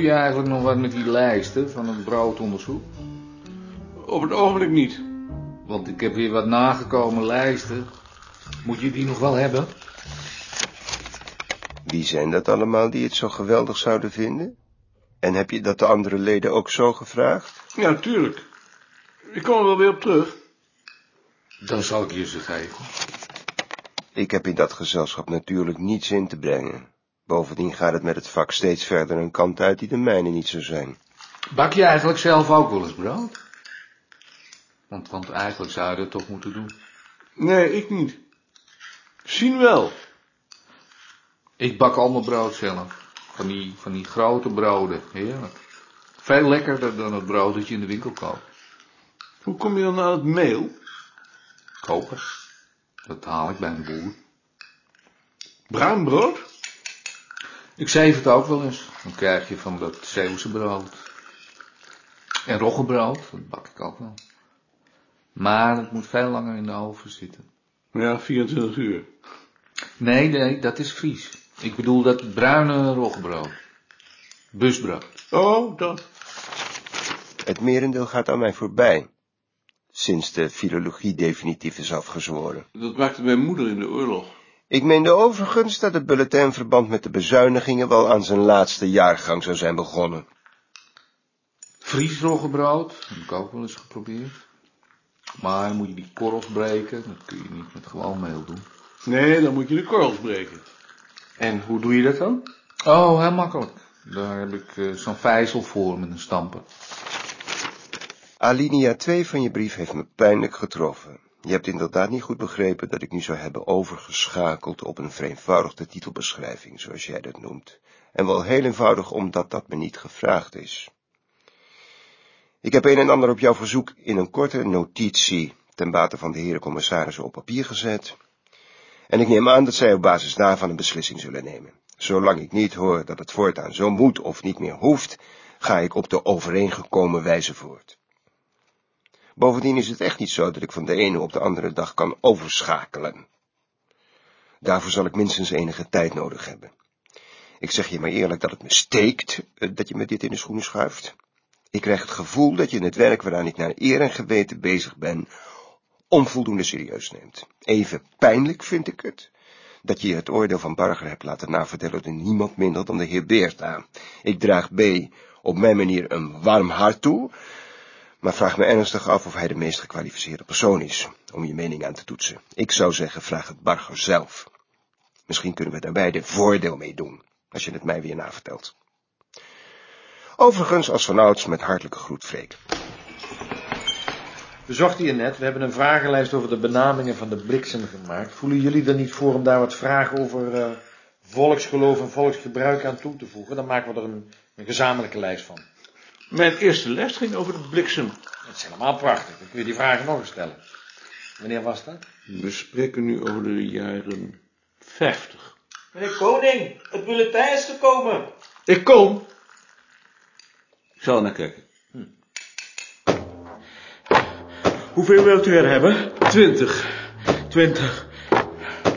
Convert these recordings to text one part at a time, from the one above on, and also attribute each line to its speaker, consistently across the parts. Speaker 1: je eigenlijk nog wat met die lijsten van het broodonderzoek?
Speaker 2: Op het ogenblik niet.
Speaker 1: Want ik heb weer wat nagekomen lijsten. Moet je die nog wel hebben?
Speaker 3: Wie zijn dat allemaal die het zo geweldig zouden vinden? En heb je dat de andere leden ook zo gevraagd?
Speaker 2: Ja, tuurlijk. Ik kom er wel weer op terug.
Speaker 1: Dan zal ik je ze geven.
Speaker 3: Ik heb in dat gezelschap natuurlijk niets in te brengen. Bovendien gaat het met het vak steeds verder een kant uit die de mijne niet zou zijn.
Speaker 1: Bak je eigenlijk zelf ook wel eens brood? Want, want eigenlijk zou je dat toch moeten doen.
Speaker 2: Nee, ik niet. Zien wel.
Speaker 1: Ik bak al mijn brood zelf. Van die, van die grote broden. Heerlijk. Veel lekkerder dan het brood dat je in de winkel koopt.
Speaker 2: Hoe kom je dan aan het meel?
Speaker 1: Kopen. Dat haal ik bij een boer.
Speaker 2: Bruin brood?
Speaker 1: Ik zeef het ook wel eens. Dan krijg je van dat Zeeuwse brood. En roggebrood, dat bak ik ook wel. Maar het moet veel langer in de oven zitten.
Speaker 2: Ja, 24 uur.
Speaker 1: Nee, nee, dat is Fries. Ik bedoel dat bruine roggebrood. Busbrood.
Speaker 2: Oh, dat.
Speaker 3: Het merendeel gaat aan mij voorbij. Sinds de filologie definitief is afgezworen.
Speaker 2: Dat maakte mijn moeder in de oorlog.
Speaker 3: Ik meende overigens dat het bulletin verband met de bezuinigingen wel aan zijn laatste jaargang zou zijn begonnen.
Speaker 1: Fries roggebrood, heb ik ook wel eens geprobeerd. Maar dan moet je die korrels breken, dat kun je niet met gewoon meel doen.
Speaker 2: Nee, dan moet je de korrels breken.
Speaker 1: En hoe doe je dat dan? Oh, heel makkelijk. Daar heb ik eh, zo'n vijzel voor met een stamper.
Speaker 3: Alinea 2 van je brief heeft me pijnlijk getroffen. Je hebt inderdaad niet goed begrepen dat ik nu zou hebben overgeschakeld op een vereenvoudigde titelbeschrijving, zoals jij dat noemt. En wel heel eenvoudig omdat dat me niet gevraagd is. Ik heb een en ander op jouw verzoek in een korte notitie ten bate van de heren commissarissen op papier gezet. En ik neem aan dat zij op basis daarvan een beslissing zullen nemen. Zolang ik niet hoor dat het voortaan zo moet of niet meer hoeft, ga ik op de overeengekomen wijze voort. Bovendien is het echt niet zo dat ik van de ene op de andere dag kan overschakelen. Daarvoor zal ik minstens enige tijd nodig hebben. Ik zeg je maar eerlijk dat het me steekt eh, dat je me dit in de schoenen schuift. Ik krijg het gevoel dat je in het werk waaraan ik naar eer en geweten bezig ben, onvoldoende serieus neemt. Even pijnlijk vind ik het, dat je het oordeel van Barger hebt laten navertellen door niemand minder dan de heer Beerta. Ik draag B. op mijn manier een warm hart toe, maar vraag me ernstig af of hij de meest gekwalificeerde persoon is om je mening aan te toetsen. Ik zou zeggen, vraag het Barger zelf. Misschien kunnen we daar beide voordeel mee doen, als je het mij weer navertelt. Overigens, als vanouds, met hartelijke groet, Freek.
Speaker 4: We zochten je net, we hebben een vragenlijst over de benamingen van de bliksem gemaakt. Voelen jullie er niet voor om daar wat vragen over eh, volksgeloof en volksgebruik aan toe te voegen? Dan maken we er een, een gezamenlijke lijst van.
Speaker 2: Mijn eerste les ging over de bliksem.
Speaker 4: Dat is helemaal prachtig, dan kun je die vragen nog eens stellen. Wanneer was dat?
Speaker 2: We spreken nu over de jaren 50.
Speaker 5: Meneer Koning, het bulletin is gekomen.
Speaker 2: Ik kom. Ik zal er naar kijken. Hm.
Speaker 4: Hoeveel wilt u er hebben?
Speaker 2: 20.
Speaker 4: Twintig.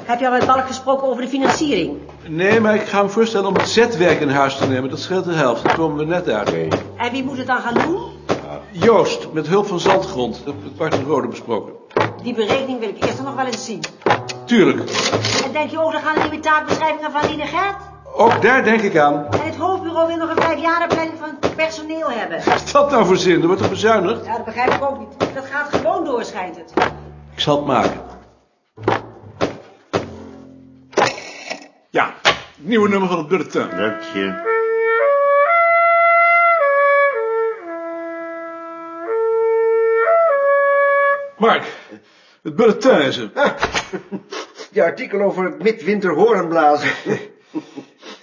Speaker 6: Heb je al met Balk gesproken over de financiering?
Speaker 2: Nee, maar ik ga hem voorstellen om het zetwerk in huis te nemen. Dat scheelt de helft. Daar komen we net uit.
Speaker 6: En wie moet het dan gaan doen?
Speaker 2: Joost, met hulp van zandgrond. Dat hebben we kwart en rode besproken.
Speaker 6: Die berekening wil ik eerst nog wel eens zien.
Speaker 2: Tuurlijk.
Speaker 6: En denk je oh, ook nog aan de nieuwe taakbeschrijvingen van Lina Gert?
Speaker 2: Ook daar denk ik aan.
Speaker 6: En het hoofdbureau wil nog een vijfjarenplanning van het personeel hebben.
Speaker 2: Wat is dat nou voor zin? Er wordt er bezuinigd?
Speaker 6: Ja, dat begrijp ik ook niet. Dat gaat gewoon door, schijnt het.
Speaker 2: Ik zal het maken. Ja, nieuwe nummer van het bulletin.
Speaker 7: Dank je.
Speaker 2: Mark, het bulletin is er.
Speaker 4: Je artikel over het midwinter hoornblazen.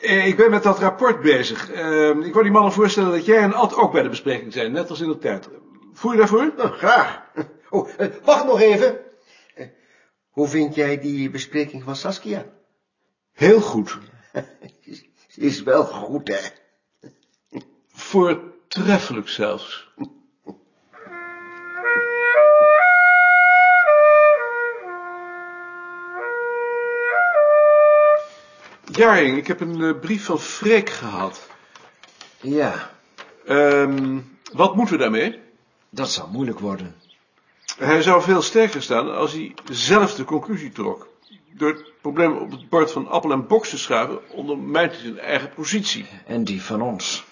Speaker 2: Eh, Ik ben met dat rapport bezig. Eh, ik wil die mannen voorstellen dat jij en Ad ook bij de bespreking zijn, net als in de tijd. Voel je daarvoor?
Speaker 4: graag. Oh, wacht nog even. Eh, Hoe vind jij die bespreking van Saskia?
Speaker 2: Heel goed.
Speaker 4: Ze is wel goed, hè?
Speaker 2: Voortreffelijk zelfs. Jaring, ik heb een eh, brief van Freek gehad.
Speaker 7: Ja,
Speaker 2: Ehm, wat moeten we daarmee?
Speaker 7: dat zal moeilijk worden.
Speaker 2: Hij zou veel sterker staan als hij zelf de conclusie trok. Door het probleem op het bord van appel en box te schuiven, ondermijnt hij zijn eigen positie.
Speaker 7: En die van ons.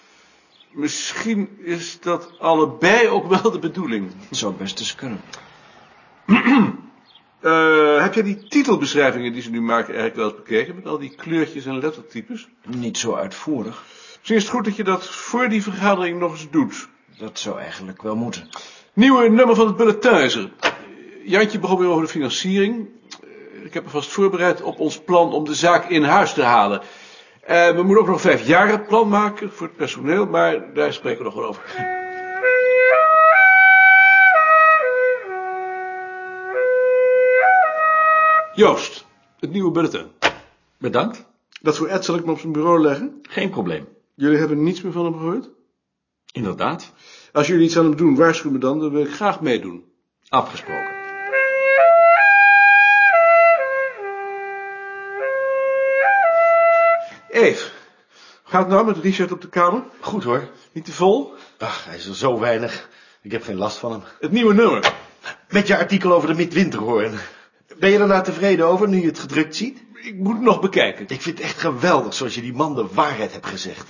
Speaker 2: Misschien is dat allebei ook wel de bedoeling.
Speaker 7: Het zou best eens kunnen.
Speaker 2: Eh, heb jij die titelbeschrijvingen die ze nu maken eigenlijk wel eens bekeken? Met al die kleurtjes en lettertypes?
Speaker 7: Niet zo uitvoerig.
Speaker 2: Misschien is het goed dat je dat voor die vergadering nog eens doet.
Speaker 7: Dat zou eigenlijk wel moeten.
Speaker 2: Nieuwe nummer van het bulletinizer. Jantje begon weer over de financiering. Eh, Ik heb me vast voorbereid op ons plan om de zaak in huis te halen. Eh, we moeten ook nog vijf jaar een plan maken voor het personeel, maar daar spreken we nog wel over. Joost, het nieuwe bulletin.
Speaker 8: Bedankt.
Speaker 2: Dat voor Ed zal ik me op zijn bureau leggen.
Speaker 8: Geen probleem.
Speaker 2: Jullie hebben niets meer van hem gehoord?
Speaker 8: Inderdaad.
Speaker 2: Als jullie iets aan hem doen, waarschuw me dan, dan wil ik graag meedoen.
Speaker 8: Afgesproken.
Speaker 2: Eve, gaat nou met Richard op de kamer?
Speaker 4: Goed hoor.
Speaker 2: Niet te vol?
Speaker 4: Ach, hij is er zo weinig. Ik heb geen last van hem.
Speaker 2: Het nieuwe nummer.
Speaker 4: Met je artikel over de midwinterhoorn. Ben je er nou tevreden over nu je het gedrukt ziet?
Speaker 2: Ik moet het nog bekijken.
Speaker 4: Ik vind het echt geweldig zoals je die man de waarheid hebt gezegd.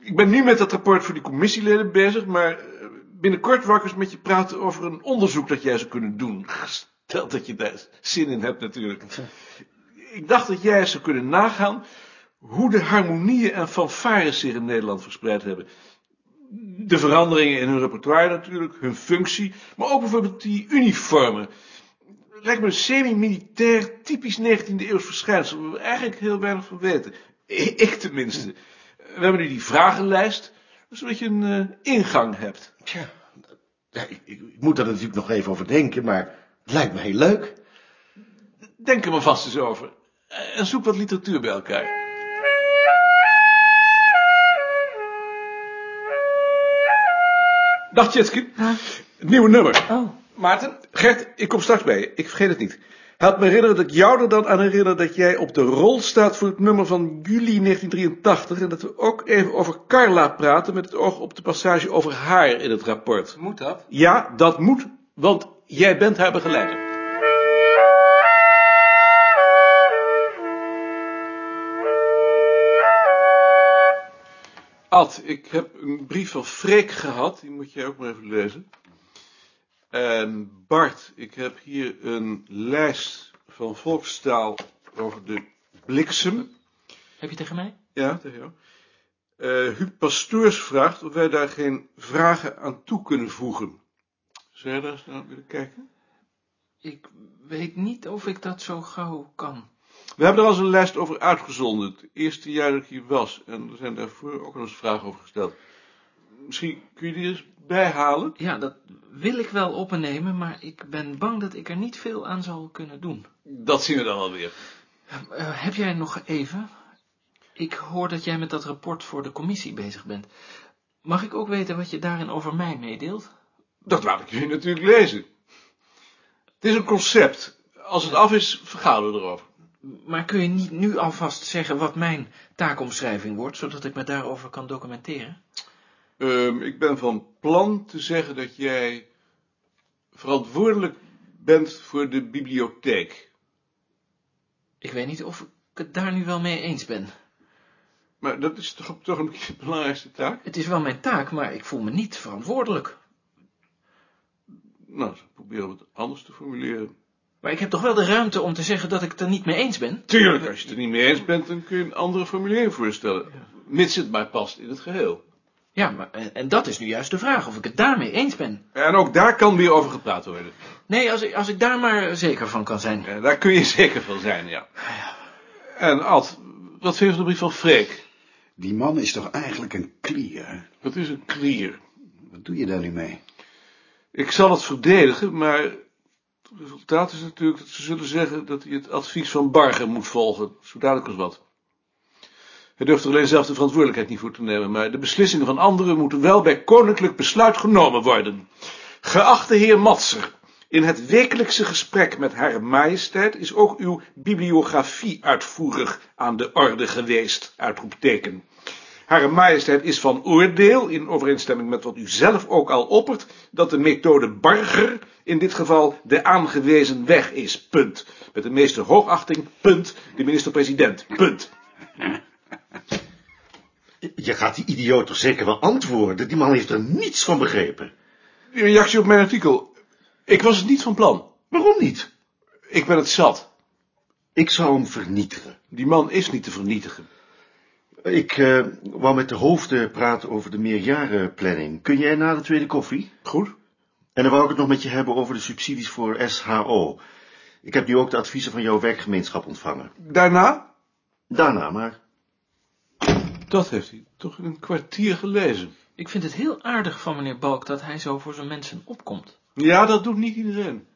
Speaker 2: Ik ben nu met dat rapport voor die commissieleden bezig, maar eh, binnenkort wou ik eens met je praten over een onderzoek dat jij zou kunnen doen. Stel dat je daar zin in hebt natuurlijk. Ik dacht dat jij eens zou kunnen nagaan hoe de harmonieën en fanfares zich in Nederland verspreid hebben. De veranderingen in hun repertoire natuurlijk, hun functie, maar ook bijvoorbeeld die uniformen. Lijkt me een semi-militair, typisch 19e eeuws verschijnsel, waar we eigenlijk heel weinig van weten. I- Ik tenminste. We hebben nu die vragenlijst, zodat je een eh, ingang hebt.
Speaker 4: Tja, ja, ik, ik- ik moet daar natuurlijk nog even over denken, maar het lijkt me heel leuk.
Speaker 2: Denk er maar vast eens over. Eh, En zoek wat literatuur bij elkaar. Dag Tjitske. Het nieuwe nummer.
Speaker 6: Oh.
Speaker 2: Maarten, Gert, ik kom straks bij je. Ik vergeet het niet. Help me herinneren dat ik jou er dan aan herinner dat jij op de rol staat voor het nummer van juli 1983. En dat we ook even over Carla praten met het oog op de passage over haar in het rapport.
Speaker 8: Moet dat?
Speaker 2: Ja, dat moet, want jij bent haar begeleider. Ad, ik heb een brief van Freek gehad. Die moet jij ook maar even lezen. En Bart, ik heb hier een lijst van volkstaal over de bliksem.
Speaker 8: Heb je tegen mij?
Speaker 2: Ja, tegen jou. Eh, Huub Pastoors vraagt of wij daar geen vragen aan toe kunnen voegen. Zou jij daar eens naar willen kijken?
Speaker 8: Ik weet niet of ik dat zo gauw kan.
Speaker 2: We hebben er al eens een lijst over uitgezonden. Het eerste jaar dat ik hier was. En er zijn daarvoor ook al eens vragen over gesteld. Misschien kun je die eens bijhalen?
Speaker 8: Ja, dat wil ik wel op me nemen, maar ik ben bang dat ik er niet veel aan zal kunnen doen.
Speaker 2: Dat zien we dan alweer.
Speaker 8: Eh, heb jij nog even? Ik hoor dat jij met dat rapport voor de commissie bezig bent. Mag ik ook weten wat je daarin over mij meedeelt?
Speaker 2: Dat laat ik jullie natuurlijk lezen. Het is een concept. Als het af is, vergaderen we erover.
Speaker 8: Maar kun je niet nu alvast zeggen wat mijn taakomschrijving wordt, zodat ik me daarover kan documenteren?
Speaker 2: Ehm, ik ben van plan te zeggen dat jij verantwoordelijk bent voor de bibliotheek.
Speaker 8: Ik weet niet of ik het daar nu wel mee eens ben.
Speaker 2: Maar dat is toch, toch een beetje de belangrijkste taak?
Speaker 8: Het is wel mijn taak, maar ik voel me niet verantwoordelijk.
Speaker 2: Nou, ik proberen wat anders te formuleren.
Speaker 8: Maar ik heb toch wel de ruimte om te zeggen dat ik het er niet mee eens ben?
Speaker 2: Tuurlijk, als je het er niet mee eens bent, dan kun je een andere formulering voorstellen. Mits het maar past in het geheel.
Speaker 8: Ja, maar, en, en dat is nu juist de vraag, of ik het daarmee eens ben.
Speaker 2: En ook daar kan weer over gepraat worden.
Speaker 8: Nee, als ik, als ik daar maar zeker van kan zijn.
Speaker 2: Eh, daar kun je zeker van zijn, ja. En Ad, wat vind je van de brief van Freek?
Speaker 9: Die man is toch eigenlijk een klier? hè?
Speaker 2: Dat is een klier.
Speaker 9: Wat doe je daar nu mee?
Speaker 2: Ik zal het verdedigen, maar het resultaat is natuurlijk dat ze zullen zeggen dat hij het advies van Barger moet volgen. Zo duidelijk als wat. Hij durft er alleen zelf de verantwoordelijkheid niet voor te nemen, maar de beslissingen van anderen moeten wel bij koninklijk besluit genomen worden. Geachte heer Matser, in het wekelijkse gesprek met Hare Majesteit is ook uw bibliografie uitvoerig aan de orde geweest, uitroepteken. Hare Majesteit is van oordeel, in overeenstemming met wat u zelf ook al oppert, dat de methode Barger in dit geval de aangewezen weg is, punt. Met de meeste hoogachting, punt, de minister-president, punt.
Speaker 10: Je gaat die idioot toch zeker wel antwoorden? Die man heeft er niets van begrepen.
Speaker 2: Uw reactie op mijn artikel. Ik was het niet van plan.
Speaker 10: Waarom niet?
Speaker 2: Ik ben het zat.
Speaker 10: Ik zou hem vernietigen.
Speaker 2: Die man is niet te vernietigen.
Speaker 10: Ik eh, wou met de hoofden praten over de meerjarenplanning. Kun jij na de tweede koffie?
Speaker 2: Goed?
Speaker 10: En dan wou ik het nog met je hebben over de subsidies voor SHO. Ik heb nu ook de adviezen van jouw werkgemeenschap ontvangen.
Speaker 2: Daarna?
Speaker 10: Daarna maar.
Speaker 2: Dat heeft hij toch in een kwartier gelezen.
Speaker 8: Ik vind het heel aardig van meneer Balk dat hij zo voor zijn mensen opkomt.
Speaker 2: Ja, dat doet niet iedereen.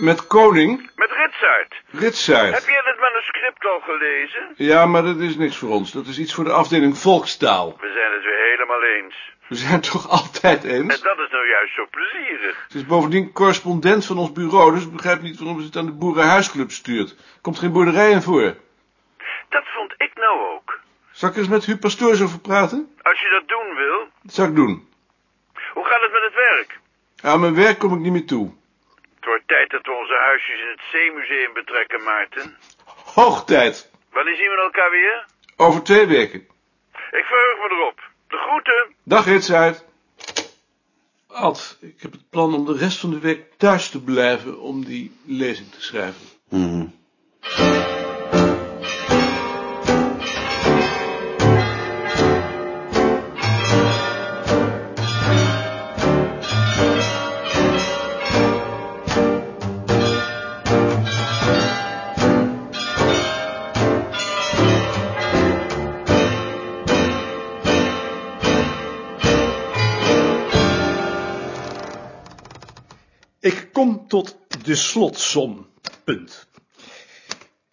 Speaker 2: Met Koning,
Speaker 11: Met Ritsaert. Heb
Speaker 2: Ritsaert.
Speaker 11: jij dat manuscript al gelezen?
Speaker 2: Ja, maar dat is niks voor ons. Dat is iets voor de afdeling volkstaal.
Speaker 11: We zijn het weer helemaal eens.
Speaker 2: We zijn het toch altijd
Speaker 11: En
Speaker 2: eens?
Speaker 11: dat is nou juist zo plezierig.
Speaker 2: Het is bovendien correspondent van ons bureau, dus ik begrijp niet waarom ze het aan de boerenhuisclub stuurt. Er komt geen boerderij in voor.
Speaker 11: Dat vond ik nou ook.
Speaker 2: Zal ik er eens met Huub Pastoors over praten?
Speaker 11: Als je dat doen wil,
Speaker 2: Dat zou ik doen.
Speaker 11: hoe gaat het met het werk?
Speaker 2: Aan mijn werk kom ik niet meer toe.
Speaker 11: Het wordt tijd dat we onze huisjes in het Zeemuseum betrekken, Maarten.
Speaker 2: Hoog tijd.
Speaker 11: Wanneer zien we elkaar weer?
Speaker 2: Over twee weken.
Speaker 11: Ik verheug me erop. De groeten.
Speaker 2: Dag Ritsaert. Ad, ik heb het plan om de rest van de week thuis te blijven om die lezing te schrijven.
Speaker 9: Mhm.
Speaker 2: Ik kom tot de slotsom. Punt.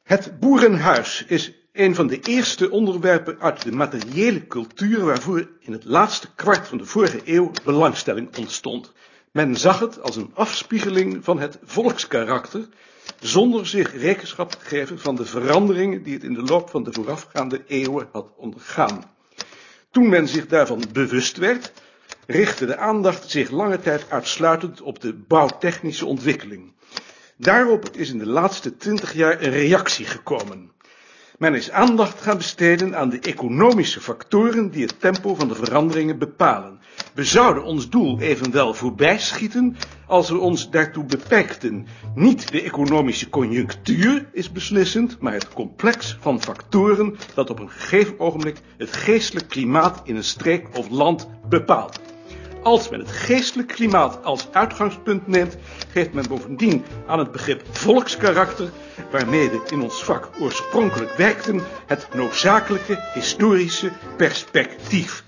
Speaker 2: Het boerenhuis is een van de eerste onderwerpen uit de materiële cultuur waarvoor in het laatste kwart van de vorige eeuw belangstelling ontstond. Men zag het als een afspiegeling van het volkskarakter, zonder zich rekenschap te geven van de veranderingen die het in de loop van de voorafgaande eeuwen had ondergaan. Toen men zich daarvan bewust werd, richtte de aandacht zich lange tijd uitsluitend op de bouwtechnische ontwikkeling. Daarop is in de laatste twintig jaar een reactie gekomen. Men is aandacht gaan besteden aan de economische factoren die het tempo van de veranderingen bepalen. We zouden ons doel evenwel voorbij schieten als we ons daartoe beperkten. Niet de economische conjunctuur is beslissend, maar het complex van factoren dat op een gegeven ogenblik het geestelijk klimaat in een streek of land bepaalt. Als men het geestelijk klimaat als uitgangspunt neemt, geeft men bovendien aan het begrip volkskarakter, waarmee we in ons vak oorspronkelijk werkten, het noodzakelijke historische perspectief.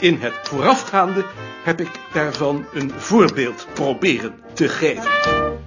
Speaker 2: In het voorafgaande heb ik daarvan een voorbeeld proberen te geven.